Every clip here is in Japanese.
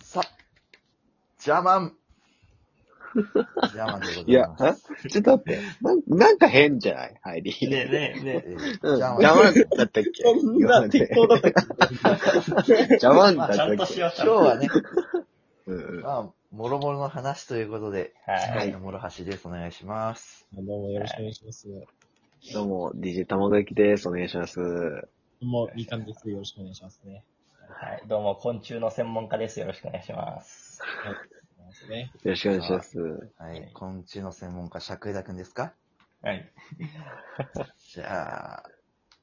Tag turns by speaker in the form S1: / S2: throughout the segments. S1: さ、ジャマン。ジャマンでございます。
S2: いや、はちょっと待って。なんなんか変じゃない入り。
S3: ねえねえね
S1: え
S3: え。
S1: ー
S2: うん。
S1: ジャ
S2: 邪
S1: マ
S2: 魔
S1: ン。
S2: だ ったっけ
S3: そんな適当だったっけ
S2: 邪魔だ
S3: まあ、ちゃん
S2: った
S3: と
S2: っ
S3: し
S2: け
S3: ま
S1: 今
S3: した。
S1: 日はね、
S2: うんうん。
S1: まあ、もろもろの話ということで、
S3: は。
S1: はいい、諸橋です。お願いします。
S4: どうもよろしくお願いします。ど
S2: どうも、DJ 玉崎です。お願いします。は
S4: うも、みかんです。よろしくお願いしますね。
S3: はい。どうも、昆虫の専門家です。よろしくお願いします。
S4: はい。お願いしますね。
S2: いよろしくお願いします。
S1: はい、昆虫の専門家、尺枝くんですか
S3: はい。
S1: じゃあ、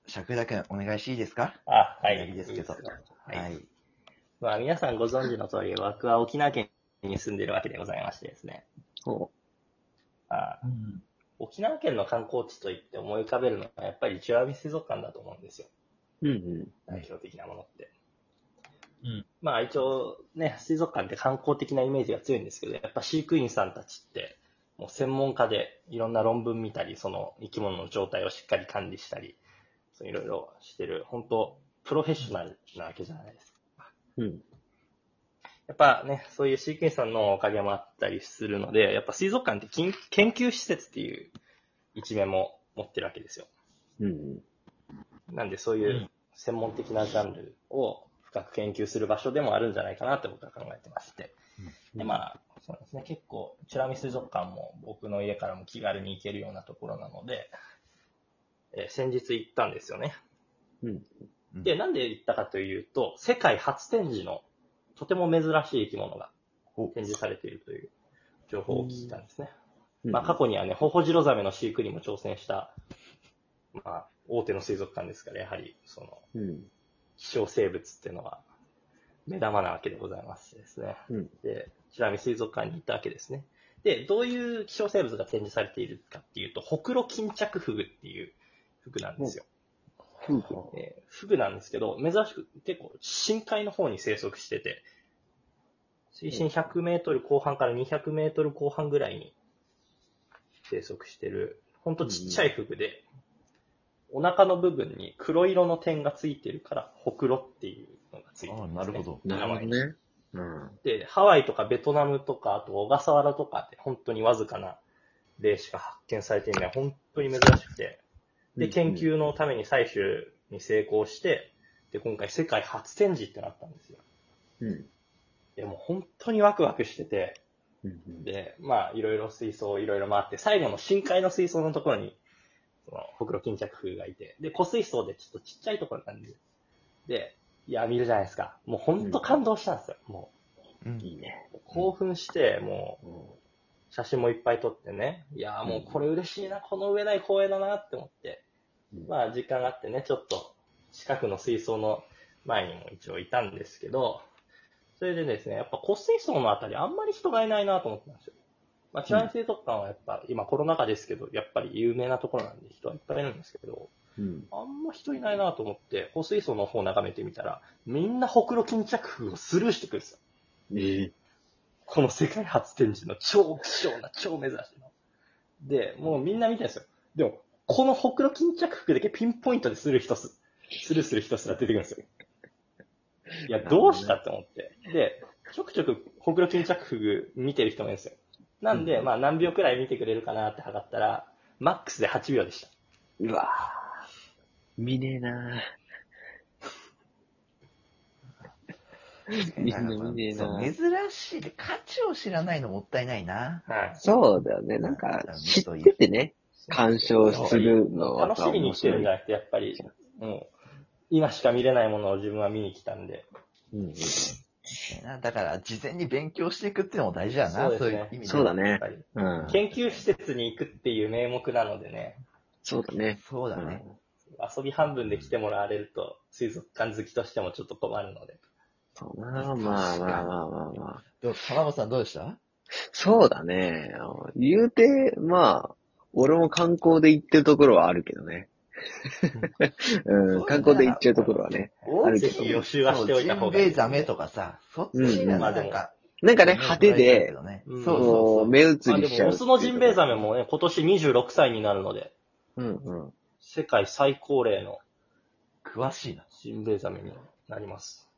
S1: 尺枝くん、お願いしていいですか
S3: あ、はい。
S1: いいですけど
S3: いいですか
S1: は
S3: はい。
S1: い。
S3: まあ、皆さんご存知の通り、僕は沖縄県に住んでるわけでございましてですね。
S2: お
S3: あ沖縄県の観光地といって思い浮かべるのは、やっぱり石見水族館だと思うんですよ。
S2: うんうん。
S3: 代表的なものって。
S4: うん。
S3: まあ一応ね、水族館って観光的なイメージが強いんですけど、やっぱ飼育員さんたちって、もう専門家でいろんな論文見たり、その生き物の状態をしっかり管理したり、そういろいろしてる、本当プロフェッショナルなわけじゃないですか。
S2: うん。
S3: やっぱね、そういう飼育員さんのおかげもあったりするので、やっぱ水族館って研研究施設っていう一面も持ってるわけですよ。
S2: うんうん。
S3: なんでそういううん専門的なジャンルを深く研究する場所でもあるんじゃないかなって僕は考えてまして。で、まあ、そうですね。結構、チュラミ水族館も僕の家からも気軽に行けるようなところなので、えー先日行ったんですよね。
S1: うん
S3: で、なんで行ったかというと、世界初展示のとても珍しい生き物が
S1: お
S3: 展示されているという情報を聞いたんですね。
S2: うん
S3: まあ、過去にはね、ホホジロザメの飼育にも挑戦した、まあ、大手の水族館ですから、やはり、その、
S2: うん。
S3: 希少生物っていうのは目玉なわけでございましてですね。
S2: うん
S3: で、ちなみに水族館に行ったわけですね。で、どういう希少生物が展示されているかっていうと、ホクロ巾着フグっていうフグなんですよ。
S2: ふうか。
S3: えーフグなんですけど、珍しく結構深海の方に生息してて、水深100メートル後半から200メートル後半ぐらいに生息してる、ほんとちっちゃいフグで、お腹の部分に黒色の点がついてるから、ほくろっていうのがついてるんです、ね。
S1: あなるほど
S2: なるほど
S3: 名前
S2: ね。うん。
S3: で、ハワイとかベトナムとか、あと小笠原とかって本当にわずかな例しか発見されていない、本当に珍しくて。
S2: う
S3: で、
S2: ん
S3: 研究のために採取に成功して、で、今回世界初展示ってなったんですよ。
S2: うん。
S3: でもう本当にワクワクしてて、
S2: うん
S3: で、まあ、いろいろ水槽、いろいろ回って、最後の深海の水槽のところに、その、ほくろ巾着風がいて、で、湖水槽でちょっとちっちゃいところなんです。で、いや、見るじゃないですか。もう本当感動したんですよ。も
S1: うん
S2: いいね。
S3: う、興奮して、もう、
S2: うん
S3: 写真もいっぱい撮ってね。いやーもうこれ嬉しいな、この上ない公園だなって思って
S2: うん。
S3: まあ時間があってね、ちょっと近くの水槽の前にも一応いたんですけど、それでですね、やっぱ湖水槽のあたりあんまり人がいないなと思ったんですよ。まあ、治安水族館はやっぱ今コロナ禍ですけど、やっぱり有名なところなんで人はいっぱいいるんですけど、
S2: うん。
S3: あんま人いないなと思って、湖水槽の方を眺めてみたら、みんなほくろ巾着風をスルーしてくるんですよ。
S2: え
S3: この世界初展示の超貴重な、超珍しいの。で、もうみんな見てるんですよ。でも、このほくろ巾着服だけピンポイントでする人す、するする人すら出てくるんですよ。いや、どうしたって思って。で、ちょくちょくほくろ巾着服見てる人もいるんですよ。なんで、まあ何秒くらい見てくれるかなって測ったら、マックスで8秒でした。
S2: うわぁ。見ねえなぁ。見ねえ見ねえ
S1: そ
S2: な
S1: う
S2: ぁ。
S1: 珍しいで、価値を知らないのもったいないな。
S3: はい。
S2: そうだよね。なんか、知っててね、鑑賞するのは
S3: 楽しみに来てるんじゃなくて、やっぱり、もう、今しか見れないものを自分は見に来たんで、
S2: うん
S1: なだから、事前に勉強していくっていうのも大事だな、
S3: そ
S1: そうう,、
S3: です
S1: い
S3: ね
S1: う意味で。
S2: そうだ。
S3: やっ
S2: ね。
S3: ぱり。
S2: うん。
S3: 研究施設に行くっていう名目なのでね、
S2: そうだね。
S1: そうだね。
S3: 遊び半分で来てもらわれると、水族館好きとしてもちょっと困るので。
S2: そうなぁ。まあまあまあまあまあ。
S1: でも、玉本さんどうでした
S2: そうだね。言うて、まあ、俺も観光で行ってるところはあるけどね。うん、観光で行っちゃうところはね。あるけ
S3: ぜ
S2: ど
S3: ひ予習はしておいた方が
S1: そう
S3: い
S1: ジンベ
S3: い。
S1: エザメとかさ、そっちがなんか、
S2: なんかね、派手で、
S3: うん
S1: そうそう
S2: こ、
S1: そうう。
S2: 目移り
S3: あ
S2: しち
S3: で
S2: ゃう。
S3: も、オスのジンベエザメ。もね、今年26歳になるので、
S2: うんうん。
S3: 世界最高齢の
S1: 詳しいな。
S3: ジンベエザメになります。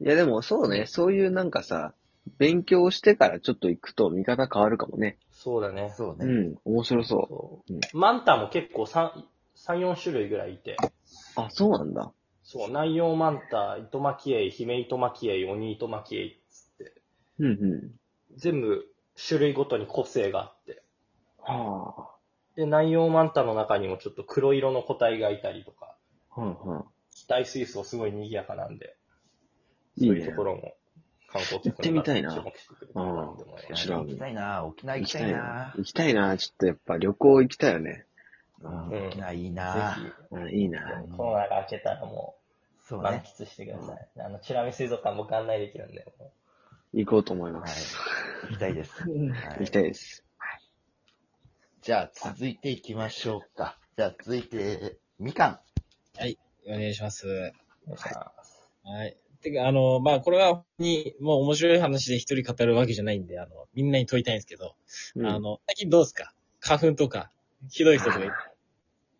S2: いやでもそうね、そういうなんかさ、勉強してからちょっと行くと見方変わるかもね。
S3: そうだね。
S1: そう
S2: う
S1: ね。
S2: ん、面白そ
S3: そう
S2: うん
S3: マンタも結構3、3、4種類ぐらいいて。
S2: う。あ、そうなんだ。
S3: そう、内容マンタ、糸巻きエイ、姫糸巻きエイ、鬼糸巻きエイっつって、
S2: うんうん。
S3: 全部種類ごとに個性があって。
S2: は
S3: で、内容マンタの中にもちょっと黒色の個体がいたりとか、
S2: あ。はあはあ。
S3: 大水槽すごい賑やかなんで、
S2: いい
S3: そういう
S2: ね
S3: と。ころも観光
S2: 行
S3: 客
S2: ってみたいな
S3: 注目してくれたらなって思
S2: う
S3: い
S2: ん
S3: ま
S1: 沖
S3: す
S2: 知ら
S1: 縄
S2: ん
S1: 行きたいな沖縄行きたいな
S2: 行きたいな。ちょっとやっぱ旅行行きたいよね。
S1: うん
S3: うん
S1: 沖縄いい
S3: ぜ
S1: な
S2: うん、いいな。
S3: ひ、コロナが明けたらもう
S1: そう
S3: 満
S1: ね。
S3: 喫してください。あの、チラミ水族館僕案内できるんで、も
S2: 行こうと思いま
S1: は
S2: す。
S1: い。行きた いです。は
S2: 行きたいです。
S1: じゃあ、続いていきましょうか。じゃあ、続いて、みかん。
S4: お願いします。
S3: うよいしょ
S4: はい。てか、あの、まあ、これは、に、もう面白い話で一人語るわけじゃないんで、あの、みんなに問いたいんですけど、
S2: うん
S4: あの、最近どうですか花粉とか、ひどい人とかいる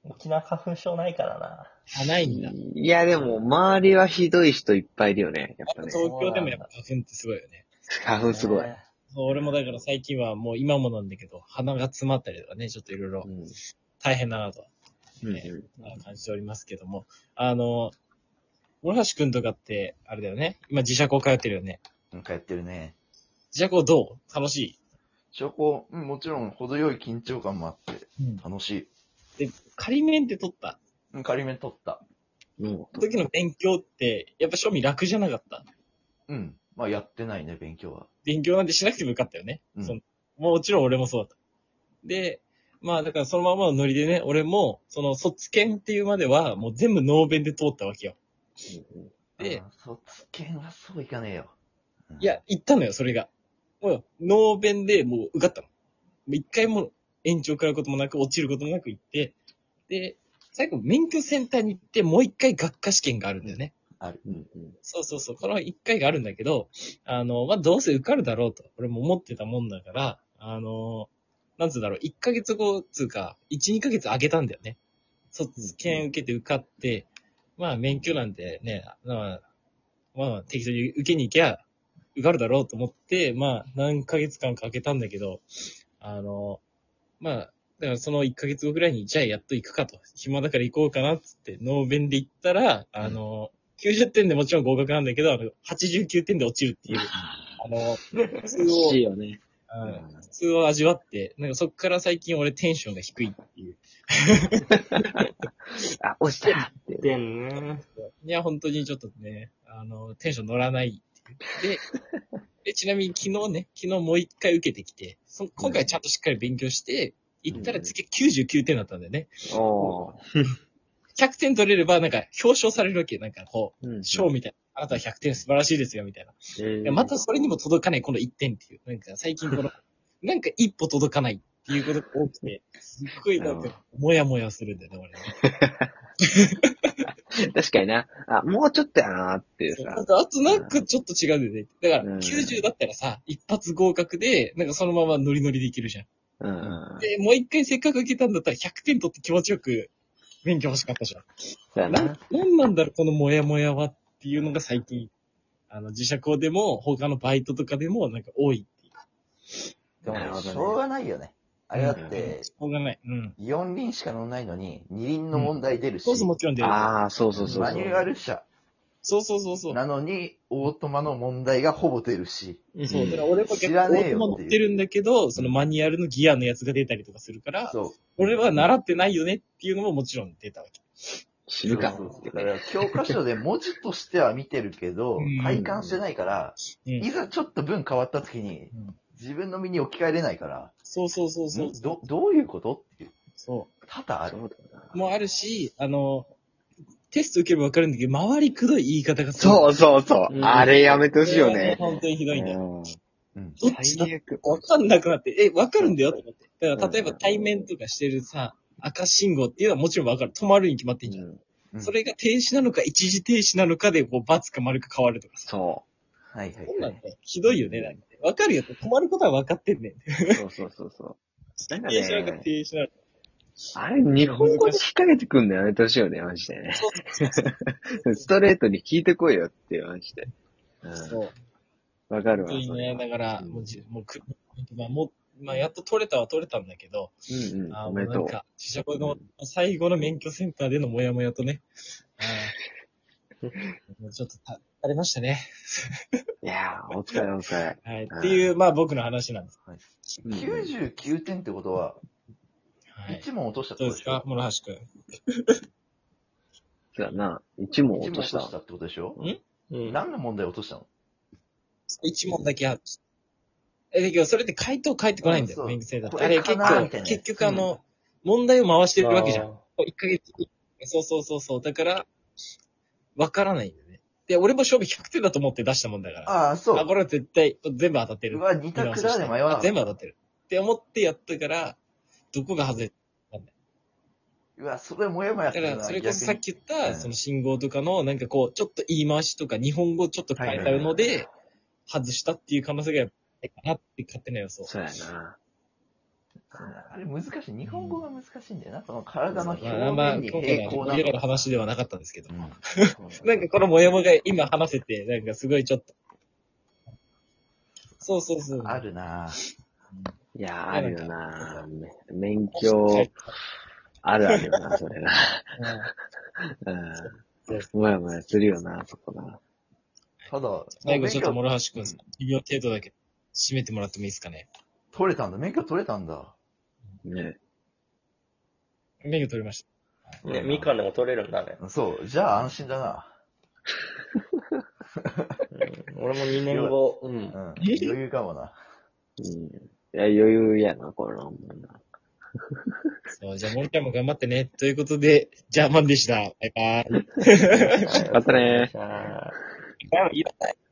S3: 沖縄花粉症ないからな。
S4: あ、ないんだ。
S2: いや、でも、周りはひどい人いっぱいいるよね。やっぱね。
S4: 東京でもやっぱ花粉ってすごいよね。
S2: 花粉すごい。
S3: ね
S4: そう俺もだから最近はもう今もなんだけど、鼻が詰まったりとかね、ちょっといろいろ
S2: うん
S4: 大変だなと
S2: うんう
S4: 感じておりますけども、あの、諸橋くんとかって、あれだよね。今自社校通ってるよね。
S1: なんかやってるね。
S4: 自社校どう楽しい
S1: 証拠、うん、もちろん、程よい緊張感もあって、
S4: うん
S1: 楽しい。
S4: で、仮免って取った
S1: うん、仮面取った。
S2: んもう
S4: 時の勉強って、やっぱ賞味楽じゃなかった。
S1: うん。まあ、やってないね、勉強は。
S4: 勉強なんてしなくてもよかったよね。
S1: うん
S4: そのもちろん俺もそうだった。で、まあだからそのままのノリでね、俺も、その卒検っていうまでは、もう全部ノー弁で通ったわけよ。で
S1: うん、卒検はそういかねえよ。うん
S4: い、や、行ったのよ、それが。もう、ノー弁でもう受かったの。もう一回も延長食らうこともなく、落ちることもなく行って、で、最後免許センターに行って、もう一回学科試験があるんだよね。
S1: ある。
S2: うんうん
S4: そうそうそう、この一回があるんだけど、あの、まあ、どうせ受かるだろうと、俺も思ってたもんだから、あの、なんつうんだろう、1ヶ月後、つうか、1、2ヶ月上げたんだよね。卒検受けて受かって、まあ、免許なんてね、まあ、まあ、適当に受けに行きゃ、受かるだろうと思って、まあ、何ヶ月間か開けたんだけど、あの、まあ、だからその1ヶ月後ぐらいに、じゃあやっと行くかと、暇だから行こうかなっつって、ノーベンで行ったら、あの、90点でもちろん合格なんだけど、あの、89点で落ちるっていう、あの、普通
S2: 美味
S4: を
S2: し、いよね。
S4: うん普通を味わって、なんかそっから最近俺テンションが低いっていう。
S2: あ、落ちたって。
S3: でんね。
S4: いや、本当にちょっとね、あの、テンション乗らないっていう。 で、でちなみに昨日ね、昨日もう一回受けてきて、そ今回ちゃんとしっかり勉強して、行ったら次99点だったんだよね。
S2: おー
S4: 100点取れれば、なんか表彰されるわけ。なんかこ
S2: うん。
S4: う、賞みたいな。あなたは100点素晴らしいですよ、みたいな。
S2: え
S4: い
S2: ー
S4: やまたそれにも届かない、この1点っていう。なんか最近こ の、なんか一歩届かないっていうことが多くて、すっごいなんか、もやもやするんだよね、俺ね。
S2: 確かにな。あ、もうちょっとやなーっていう
S4: なん
S2: さ。
S4: か、あとなんかちょっと違うよね。だから、
S2: うん
S4: 90だったらさ、一発合格で、なんかそのままノリノリでいけるじゃん。
S2: うんうん。
S4: で、もう一回せっかく受けたんだったら100点取って気持ちよく勉強欲しかったじゃん。
S2: そうや
S4: なん
S2: な。、
S4: なんなんだろう、このモヤモヤはっていうのが最近、あの、自社校でも、他のバイトとかでも、なんか多いっていう。
S1: でも
S2: なるほど
S1: ね、
S2: ね
S1: しょうがないよね。あれだって、
S4: しょうがない。うん。
S1: 4輪しか乗んないのに、2輪の問題出るし、
S4: そうそう、もちろん出る。
S2: ああ、そうそうそう
S1: マ
S2: そ
S1: ニ
S2: う。
S1: ュアル車
S4: そうそうそうそう。
S1: なのに、オートマの問題がほぼ出るし、
S4: そう、だから俺も結
S1: 知
S4: 構、
S1: らね
S4: 俺
S1: えよっていう
S4: も乗ってるんだけど、そのマニュアルのギアのやつが出たりとかするから、
S1: そ
S4: 俺は習ってないよねっていうのももちろん出たわけ。
S2: 知るか
S1: そう。う。だから、教科書で文字としては見てるけど
S4: うん、
S1: 体感してないから、
S4: うん
S1: いざちょっと文変わった時に
S4: うん、
S1: 自分の身に置き換えれないから、
S4: そうそうそうそう。
S1: んど、どういうことっていう、
S4: そ
S1: 多々あ
S2: そ
S1: る。
S2: うだよ
S4: う。もうあるし、あの、テスト受ければわかるんだけど、周りくどい言い方が。
S2: なそううそうそうう。
S4: ん
S2: あれやめてほしいよ
S4: これは
S2: ね。
S4: 本当にひどいんだよ。
S2: うん
S1: うん。
S4: どっちだ
S2: 最悪。
S4: わかんなくなって、え、わかるんだよと思って。だから例えば対面とかしてるさ、赤信号っていうのはもちろんわかる。止まるに決まってんじゃん。
S2: うん
S1: うん
S4: それが停止なのか、一時停止なのかで、こう、罰か丸か変わるとかさ。
S2: そ
S1: はいはい
S4: そん
S1: は
S4: ないん。てひどいよね、なんか。わかるよ。止まることはわかってんねん。
S2: う。そうそうそうそう。なんか
S4: 停止なのか
S2: ね、
S4: 停止なのか。
S2: あれ、日本語で引っ掛けてくんのやめてほしいよね、マジでね。ストレートに聞いてこいよっていう話で。うん
S4: そう。
S2: わかる
S4: 本
S2: わ。
S4: 当にね、だから、
S2: うん
S4: もうじ、もうく、まあ、もう、まあ、やっと取れたは取れたんだけど、
S2: うんうん。
S4: あー
S2: お
S4: もう
S2: めで
S4: な
S2: と
S4: ん
S2: う。
S4: か、自社子の最後の免許センターでのモヤモヤとね、あーもうちょっとた、あれましたね。
S2: いやー、お疲れお疲れ。
S4: はい。っていう、まあ僕の話なんです。
S2: うんうん
S1: 99点ってことは、
S4: はい。
S1: 1問落としたって
S4: どう
S1: ことです
S4: で
S1: しょ
S4: か諸橋くん。
S2: そうやな。一問落
S1: 1問
S2: と
S1: 落
S2: し
S1: とした
S2: た。
S1: ってことでしょ
S3: うん。
S1: 何の問題落としたの
S4: 一問だけある。え、だけど、それって回答返ってこないんだ
S1: あそ
S4: よ、
S1: う
S4: 免許制だと。
S1: これ
S4: あれ
S1: か
S4: 結
S1: なみた
S4: 構
S1: い、なやつ
S4: 結局あの、問題を回してるわけじゃん。
S3: あ
S4: 1ヶ月。そうそうそうそう。だから、わからないんだよね。で、俺も勝負100点だと思って出したもんだから。
S1: ああ、そ
S4: あ、こ
S1: う。
S4: れは絶対、全部当たってる
S1: う。わ、2択だで迷わなかった
S4: 全部当たってる。って思ってやったから、どこが外れ
S1: うわ、それもやもやす
S4: だ
S1: る
S4: か
S1: な
S4: ら、それこそさっき言っ
S1: 逆
S4: た、
S1: に
S4: その信号とかの、なんかこう、ちょっと言い回しとか、日本語ちょっと変えたの
S1: はいはい
S4: で、外したっていう可能性がやっぱりかなって勝手な予想。
S2: そうやな。
S1: あれ難しい。日本語が難しいんだよな。その体の表
S4: まあまあ、
S1: 現に
S4: 今回
S1: 平
S4: は
S1: 行な
S4: 盛り上がる話ではなかったんですけど。
S1: うん
S4: なんかこのもやもやが今話せて、なんかすごいちょっと。そうそうそう。
S1: あるなぁ。
S2: いやー、あるよな。め免許
S4: はい、
S2: あるあるよな、それな。
S4: うん
S2: うん。もやもやするよな、そこな。
S1: ただ、
S4: 最後ちょっと
S1: 免許
S4: 諸橋くん、微妙程度だけ締めてもらってもいいですかね。
S1: 取れたんだ。免許取れたんだ。
S2: ね。
S4: 免許取りました。
S3: ーね、みかんでも取れるんだね。
S1: そう。じゃあ安心だな。
S3: うん俺も2年後、う
S1: うんん。。余裕かもな。
S2: うん。いや、余裕やな、これな。もうな
S4: そう、じゃあ森ちゃんも頑張ってね。ということで、ジャーマンでした。バイバイ。
S2: またねー。
S3: じゃあ
S4: バイバイ